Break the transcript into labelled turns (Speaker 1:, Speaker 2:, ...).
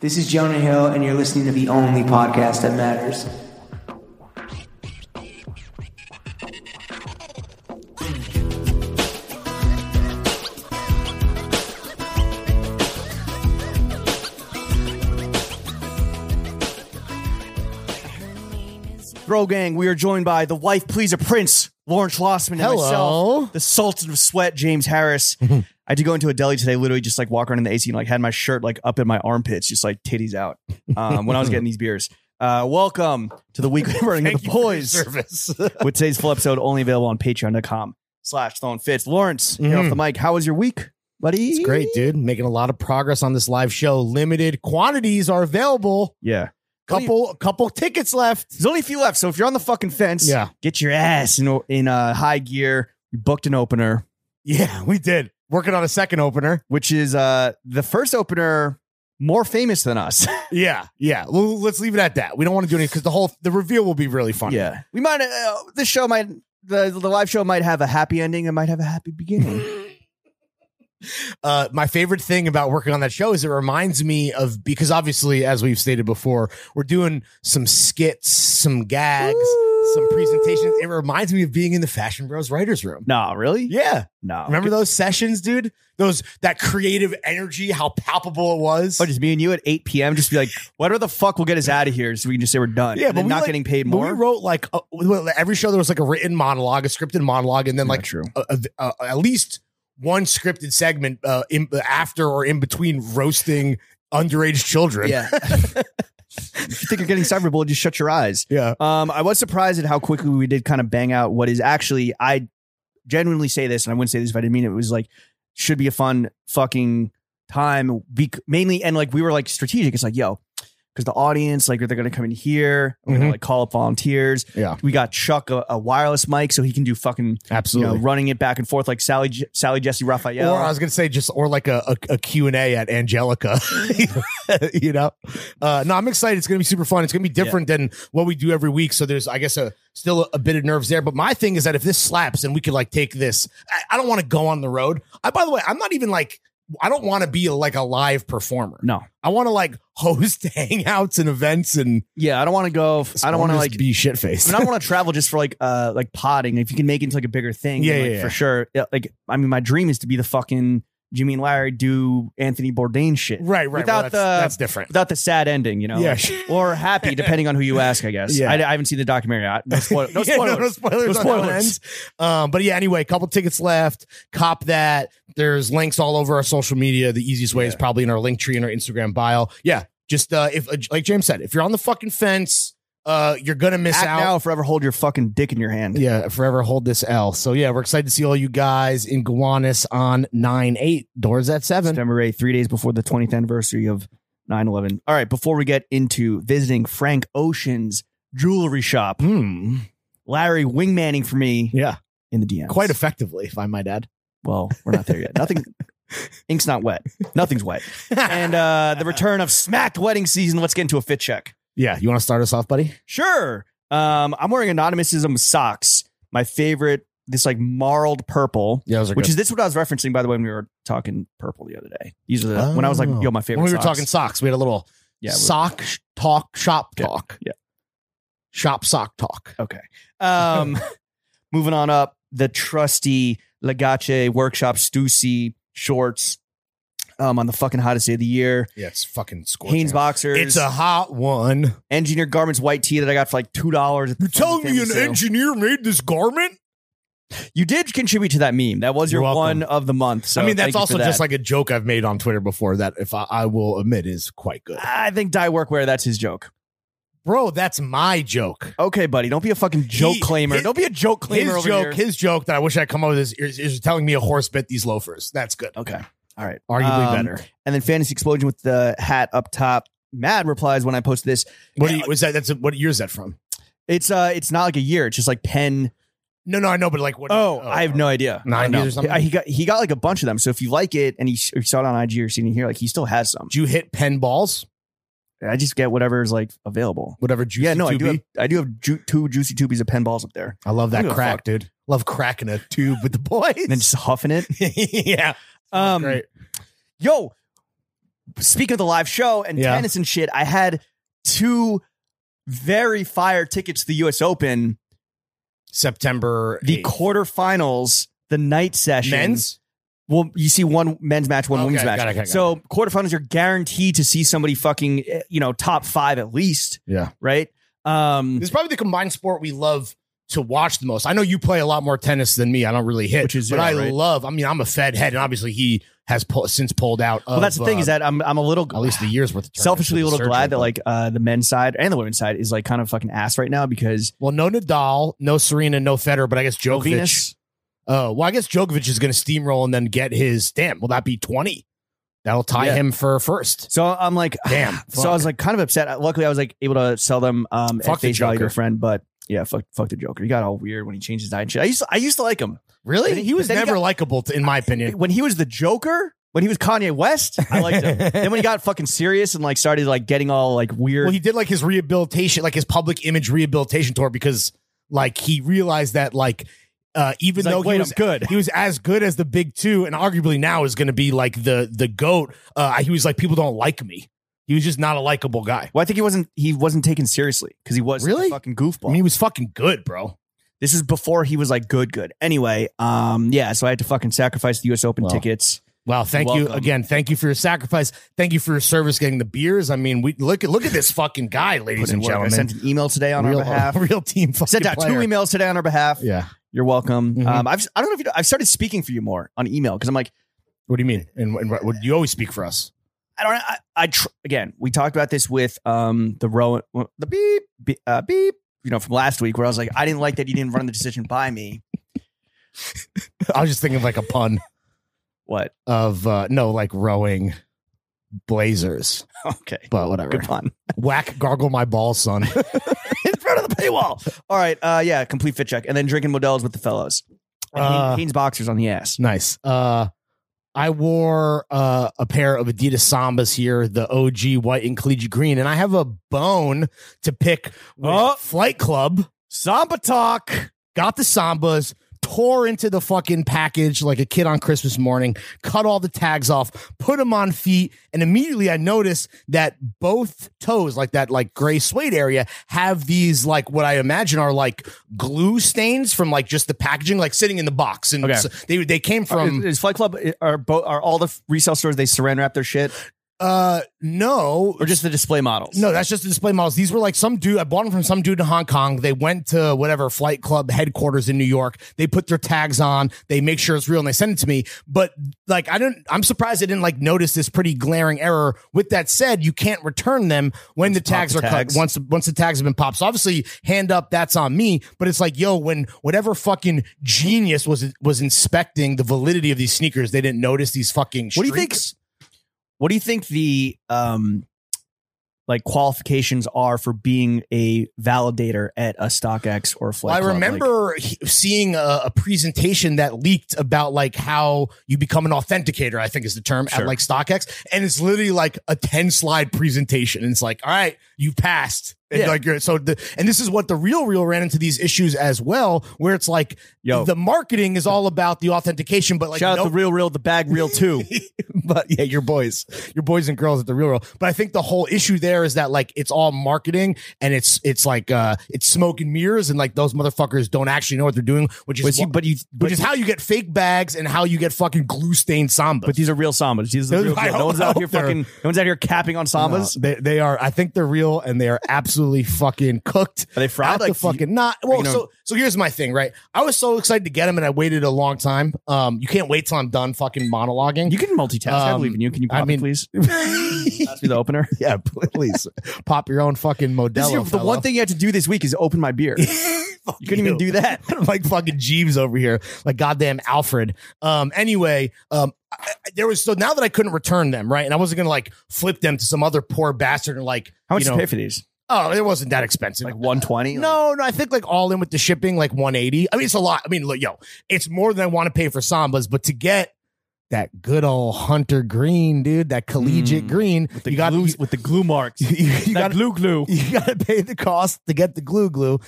Speaker 1: This is Jonah Hill, and you're listening to the only podcast that matters.
Speaker 2: Bro Gang, we are joined by the wife pleaser prince, Lauren Schlossman, and
Speaker 3: Hello.
Speaker 2: myself, the Sultan of Sweat, James Harris. I had to go into a deli today, literally just like walk around in the AC and like had my shirt like up in my armpits, just like titties out um, when I was getting these beers. Uh, welcome to the weekly running of the boys
Speaker 3: service.
Speaker 2: with today's full episode only available on patreon.com slash thrown fits. Lawrence, get off
Speaker 3: Mhm.
Speaker 2: the mic. How was your week, buddy?
Speaker 3: it's great, dude. Making a lot of progress on this live show. Limited quantities are available.
Speaker 2: Yeah.
Speaker 3: Couple couple tickets left.
Speaker 2: There's only a few left. So if you're on the fucking fence,
Speaker 3: Yeah.
Speaker 2: get your ass in, in uh, high gear. We booked an opener.
Speaker 3: Yeah, we did. Working on a second opener.
Speaker 2: which is uh the first opener more famous than us.
Speaker 3: Yeah. Yeah. Well, let's leave it at that. We don't want to do anything because the whole the reveal will be really funny.
Speaker 2: yeah, we might. Uh, this show might the the live show might have a happy ending. It might have a happy beginning.
Speaker 3: Uh, my favorite thing about working on that show is it reminds me of because obviously, as we've stated before, we're doing some skits, some gags, some presentations. It reminds me of being in the Fashion Bros writers room.
Speaker 2: no, really?
Speaker 3: Yeah.
Speaker 2: No.
Speaker 3: Oh, Remember those sessions, dude? Those that creative energy, how palpable it was.
Speaker 2: Oh, just me and you at 8 p.m. Just be like, whatever the fuck will get us out of here, so we can just say we're done.
Speaker 3: yeah,
Speaker 2: and then
Speaker 3: we,
Speaker 2: not
Speaker 3: like-
Speaker 2: getting paid
Speaker 3: but
Speaker 2: more.
Speaker 3: We wrote like a, well, every show there was like a written monologue, a scripted monologue, and then
Speaker 2: Yeah,
Speaker 3: like
Speaker 2: true.
Speaker 3: a, a, a- at least one scripted segment uh, in, after or in between roasting underage children.
Speaker 2: Yeah. if you think you're getting cyberbullied, just shut your eyes.
Speaker 3: yeah.
Speaker 2: Um, I was surprised at how quickly we did kind of bang out what is actually I genuinely say this, and I wouldn't say this if I didn't mean it. It was like should be a fun fucking time, be, mainly, and like we were like strategic. It's like yo, because the audience like they're going to come in here. We're going to
Speaker 3: Mhm.
Speaker 2: like call up volunteers.
Speaker 3: Yeah.
Speaker 2: We got Chuck a, a wireless mic so he can do fucking you know
Speaker 3: Absolutely.
Speaker 2: running it back and forth like Sally J- Sally Jesse Raphael.
Speaker 3: Or I was gonna say just or like a, a, a Q&A at Angelica, you know. Uh, no, I'm excited. It's gonna be super fun. It's gonna be different than what we do every week. So there's, I guess, a still a, bit of nerves there. But my thing is that if this slaps and we could like take this, I, I don't want to go on the road. I, by the way, I'm not even like I don't want to be like a live performer.
Speaker 2: no,
Speaker 3: I want to like host hangouts and events and
Speaker 2: yeah, I don't want to go. I don't want to
Speaker 3: just
Speaker 2: like
Speaker 3: be shit faced.
Speaker 2: I mean, I want to travel just for like uh like potting. If you can make it into like a bigger thing,
Speaker 3: Yeah,
Speaker 2: then, like,
Speaker 3: yeah,
Speaker 2: for
Speaker 3: yeah.
Speaker 2: sure. Yeah, Like I mean, my dream is to be the fucking Jimmy and Larry do Anthony Bourdain shit
Speaker 3: right, right. Well,
Speaker 2: Without
Speaker 3: that's,
Speaker 2: the-
Speaker 3: that's different.
Speaker 2: without the sad ending, you know.
Speaker 3: yeah.
Speaker 2: Like, or happy, depending on who you ask. I guess.
Speaker 3: Yeah.
Speaker 2: I, I haven't seen the documentary. I, no, spoil, no spoilers.
Speaker 3: Yeah, no, no spoilers.
Speaker 2: No
Speaker 3: on how it
Speaker 2: spoilers.
Speaker 3: ends. Um, but yeah, anyway, couple tickets left. Cop that. There's links all over our social media. The easiest way is
Speaker 2: Yeah.
Speaker 3: probably in our link tree and our Instagram bio. Yeah, just uh, if uh, like James said, if you're on the fucking fence, uh, you're gonna miss
Speaker 2: Act
Speaker 3: out.
Speaker 2: now, or forever hold your fucking dick in your hand.
Speaker 3: Yeah, forever hold this L. So yeah, we're excited to see all you guys in Gowanus on nine eight. Doors at seven.
Speaker 2: September 8th, three days before the 20th anniversary of 9 11. All right, before we get into visiting Frank Ocean's jewelry shop,
Speaker 3: Hmm.
Speaker 2: Larry wingmanning for me
Speaker 3: Yeah,
Speaker 2: in the DMs.
Speaker 3: quite effectively, if I might add.
Speaker 2: Well, we're not there yet. Nothing, ink's not wet. Nothing's wet. And uh, the return of smacked wedding season. Let's get into a fit check.
Speaker 3: yeah, you want to start us off, buddy?
Speaker 2: Sure. Um, I'm wearing anonymousism socks. My favorite, this like marled purple,
Speaker 3: Yeah, those are
Speaker 2: which is this what I was referencing by the way when we were talking purple the other day. These are the when I was like,
Speaker 3: Oh.
Speaker 2: yo, my favorite.
Speaker 3: When we were
Speaker 2: socks.
Speaker 3: talking socks, we had a little
Speaker 2: yeah. we-
Speaker 3: sock sh- talk, shop
Speaker 2: Yeah.
Speaker 3: talk.
Speaker 2: Yeah.
Speaker 3: Shop sock talk.
Speaker 2: Okay. Um, moving on up, the trusty Legace Workshop Stussy shorts. Um, on the fucking hottest day of the year,
Speaker 3: Yeah, it's fucking scorching.
Speaker 2: Hanes boxers.
Speaker 3: It's a hot one.
Speaker 2: engineer garments white tee that I got for like two dollars.
Speaker 3: You telling me an engineer made this garment?
Speaker 2: You did contribute to that meme. That was your
Speaker 3: You're welcome.
Speaker 2: one of the month. So
Speaker 3: I mean,
Speaker 2: thank
Speaker 3: that's
Speaker 2: you
Speaker 3: also
Speaker 2: for
Speaker 3: just
Speaker 2: that.
Speaker 3: like a joke I've made on Twitter before that if I, I will admit is quite good.
Speaker 2: I think die workwear. That's his joke.
Speaker 3: Bro, that's my joke.
Speaker 2: Okay, buddy, don't be a fucking joke
Speaker 3: He-
Speaker 2: claimer.
Speaker 3: his-
Speaker 2: don't be a joke claimer.
Speaker 3: His
Speaker 2: over
Speaker 3: joke,
Speaker 2: here.
Speaker 3: his joke that I wish I'd come up with is, is, is telling me a horse bit these loafers. That's good.
Speaker 2: okay, all right,
Speaker 3: Arguably
Speaker 2: Um,
Speaker 3: better.
Speaker 2: And then fantasy explosion with the hat up top. Mad replies when I post this.
Speaker 3: What do you, was that? That's a, what year is that from?
Speaker 2: It's uh, it's not like a year. It's just like pen.
Speaker 3: No, no, I know, but like what?
Speaker 2: Oh, I have no idea.
Speaker 3: Nineties
Speaker 2: I don't know.
Speaker 3: or something?
Speaker 2: I- He got he got like a bunch of them. So if you like it and he, or you saw it on IG or seen it here, like he still has some.
Speaker 3: Did you hit pen balls?
Speaker 2: I just get whatever is like available.
Speaker 3: Whatever juice.
Speaker 2: Yeah, no, I do. Have, I do have ju- two juicy tubies of pen balls up there,
Speaker 3: I love
Speaker 2: I
Speaker 3: that
Speaker 2: don't give a
Speaker 3: crack,
Speaker 2: fuck.
Speaker 3: dude. Love cracking a tube with the boys. Um,
Speaker 2: and then just huffing it.
Speaker 3: yeah,
Speaker 2: Um,
Speaker 3: great.
Speaker 2: yo, speaking of the live show and
Speaker 3: Yeah.
Speaker 2: tennis and shit, I had two very fire tickets to the U.S. Open,
Speaker 3: September
Speaker 2: the
Speaker 3: 8th.
Speaker 2: quarterfinals, the night session.
Speaker 3: men's.
Speaker 2: Well, you see one men's match, one
Speaker 3: Okay,
Speaker 2: women's match.
Speaker 3: got it, got it, got
Speaker 2: so quarterfinals, you're guaranteed to see somebody fucking, eh, you know, top five at least,
Speaker 3: Yeah,
Speaker 2: right? Um,
Speaker 3: it's probably the combined sport we love to watch the most. I know you play a lot more tennis than me. I don't really hit,
Speaker 2: Which is
Speaker 3: but
Speaker 2: zero,
Speaker 3: I
Speaker 2: right?
Speaker 3: love. I mean, I'm a Fed head, and obviously he has pull, since pulled out. uh,
Speaker 2: well, that's the thing is that I'm I'm a little
Speaker 3: at least a year's worth. Of tournaments
Speaker 2: selfishly a
Speaker 3: with the
Speaker 2: little
Speaker 3: surgery,
Speaker 2: glad that
Speaker 3: but-
Speaker 2: like uh the men's side and the women's side is like kind of fucking ass right now because
Speaker 3: Well, no Nadal, no Serena, no Federer, but I guess Djokovic.
Speaker 2: Venus
Speaker 3: Uh, well, I guess Djokovic is going to steamroll and then get his damn. Will that be twenty? That'll tie
Speaker 2: Yeah.
Speaker 3: him for first.
Speaker 2: So I'm like,
Speaker 3: Damn.
Speaker 2: So I was like kind of upset. Luckily, I was like able to sell them um,
Speaker 3: Fuck
Speaker 2: at
Speaker 3: the
Speaker 2: face value to a
Speaker 3: Joker.
Speaker 2: friend. But yeah, fuck, fuck the Joker. He got all weird when he changed his eye and shit. I used to, I used to like him
Speaker 3: really?
Speaker 2: Then-
Speaker 3: He was
Speaker 2: then he
Speaker 3: never
Speaker 2: got-
Speaker 3: likable, t- in my opinion.
Speaker 2: when he was the Joker. When he was Kanye West, I liked him. then when he got fucking serious and like started like getting all like weird,
Speaker 3: Well, he did like his rehabilitation, like his public image rehabilitation tour, because like he realized that like uh, even
Speaker 2: He's like,
Speaker 3: though
Speaker 2: "Wait,
Speaker 3: he
Speaker 2: I'm
Speaker 3: was
Speaker 2: good."
Speaker 3: he was as good as the big two, and arguably now is going to be like the the goat. Uh, he was like, people don't like me. He was just not a likable guy.
Speaker 2: well, I think he wasn't he wasn't taken seriously because he was
Speaker 3: Really?
Speaker 2: a fucking
Speaker 3: I
Speaker 2: goofball.
Speaker 3: mean, he was fucking good, bro.
Speaker 2: this is before he was like good, good. Anyway, um, yeah. So I had to fucking sacrifice the U.S. Open
Speaker 3: Wow.
Speaker 2: tickets.
Speaker 3: Wow, thank you
Speaker 2: welcome.
Speaker 3: again. Thank you for your sacrifice. Thank you for your service getting the beers. I mean, we look at look at this fucking guy, ladies
Speaker 2: Put in
Speaker 3: and
Speaker 2: work. I sent
Speaker 3: gentlemen.
Speaker 2: an email today on our behalf.
Speaker 3: real team fucking
Speaker 2: sent out
Speaker 3: player.
Speaker 2: two emails today on our behalf.
Speaker 3: Yeah.
Speaker 2: You're welcome.
Speaker 3: Mhm.
Speaker 2: Um, I've I don't know if you know, I've started speaking for you more on email because I'm like
Speaker 3: What do you mean? And, and what, you always speak for us.
Speaker 2: I don't I, I tr- again we talked about this with um the row the beep beep, uh, beep you know from last week where I was like I didn't like that you didn't run the decision by me.
Speaker 3: I was just thinking of like a pun.
Speaker 2: What?
Speaker 3: of uh no like rowing blazers
Speaker 2: Okay,
Speaker 3: but whatever
Speaker 2: good pun
Speaker 3: whack gargle my balls son
Speaker 2: in front of the paywall. All right, uh, yeah, complete fit check and then drinking Models with the fellows. And
Speaker 3: Uh,
Speaker 2: Haynes- Haynes boxers on the ass.
Speaker 3: nice uh i wore uh a pair of adidas sambas here the og white and collegiate green and i have a bone to pick with
Speaker 2: Oh.
Speaker 3: flight club
Speaker 2: Samba talk.
Speaker 3: got the sambas tore into the fucking package like a kid on christmas morning cut all the tags off put them on feet and immediately i noticed that both toes like that like gray suede area have these like what i imagine are like glue stains from like just the packaging like sitting in the box and
Speaker 2: Okay. Uh,
Speaker 3: so they they came from
Speaker 2: is, is Flight Club are bo- are all the resale stores they saran wrap their shit
Speaker 3: uh no
Speaker 2: or just the display models?
Speaker 3: No, that's just the display models. These were like some dude. I bought them from some dude in Hong Kong. They went to whatever flight club headquarters in New York. They put their tags on. They make sure it's real and they send it to me. But like, I don't. I'm surprised I didn't like notice this pretty glaring error. With that said, you can't return them when the
Speaker 2: pop
Speaker 3: tags
Speaker 2: the
Speaker 3: are
Speaker 2: tags.
Speaker 3: cut. Once once the tags have been popped. So obviously, hand up. That's on me. But it's like, yo, when whatever fucking genius was was inspecting the validity of these sneakers, they didn't notice these fucking.
Speaker 2: What do you think-
Speaker 3: streaks.
Speaker 2: What do you think the um like qualifications are for being a validator at a StockX or a Flight
Speaker 3: Well, I
Speaker 2: Club? Like,
Speaker 3: remember he- seeing a, a presentation that leaked about like how you become an authenticator. I think is the term
Speaker 2: Sure.
Speaker 3: at like StockX, and it's literally like a ten slide presentation. And it's like, all right, you passed. And
Speaker 2: Yeah.
Speaker 3: Like you're, so, the, and this is what the real real ran into these issues as well, where it's like
Speaker 2: yo,
Speaker 3: the marketing is all about the authentication, but like
Speaker 2: shout out
Speaker 3: no
Speaker 2: the real real the bag real too.
Speaker 3: but yeah, your boys, your boys and girls at the real world. But I think the whole issue there is that like it's all marketing and it's it's like uh it's smoke and mirrors and like those motherfuckers don't actually know what they're doing, which is
Speaker 2: but you,
Speaker 3: wh-
Speaker 2: but you,
Speaker 3: which
Speaker 2: but,
Speaker 3: is how you get fake bags and how you get fucking glue stained samba.
Speaker 2: but these are real sambas. These are the
Speaker 3: Those-
Speaker 2: real
Speaker 3: I
Speaker 2: deal. No
Speaker 3: hope-
Speaker 2: one's
Speaker 3: I
Speaker 2: out
Speaker 3: hope
Speaker 2: here
Speaker 3: they're-
Speaker 2: fucking. No one's out here capping on sambas.
Speaker 3: Uh, they, they are. I think they're real, and they are absolutely fucking cooked.
Speaker 2: Are they fried?
Speaker 3: Out
Speaker 2: Like,
Speaker 3: the
Speaker 2: do you-
Speaker 3: fucking not. Well,
Speaker 2: you know-
Speaker 3: so so here's my thing, right? I was so excited to get them, and I waited a long time. Um, you can't wait till I'm done fucking monologuing.
Speaker 2: You can multitask. I
Speaker 3: Um,
Speaker 2: believe in you. Can you
Speaker 3: I
Speaker 2: pop it,
Speaker 3: mean-
Speaker 2: please? Pass me the opener.
Speaker 3: yeah, please pop your own fucking Modelo.
Speaker 2: This is your- the
Speaker 3: fellow.
Speaker 2: one thing you had to do this week is open my beer. You
Speaker 3: Fuck
Speaker 2: couldn't even do that.
Speaker 3: I'm like fucking Jeeves over here, like goddamn Alfred. Um, anyway, um, I, I- there was so now that I couldn't return them, right, and I wasn't gonna like flip them to some other poor bastard and like
Speaker 2: How much
Speaker 3: you know,
Speaker 2: did you pay for these?
Speaker 3: oh, it wasn't that expensive.
Speaker 2: Like one twenty.
Speaker 3: no, no, I think like all in with the shipping, like 180. I mean, it's a lot. I mean, look, yo, it's more than I want to pay for sambas, but to get that good old Hunter Green, dude, that collegiate
Speaker 2: Mm.
Speaker 3: green,
Speaker 2: with the
Speaker 3: you got
Speaker 2: glue,
Speaker 3: you,
Speaker 2: with the glue marks.
Speaker 3: you,
Speaker 2: that
Speaker 3: you got
Speaker 2: glue glue.
Speaker 3: you got to pay the cost to get the glue glue.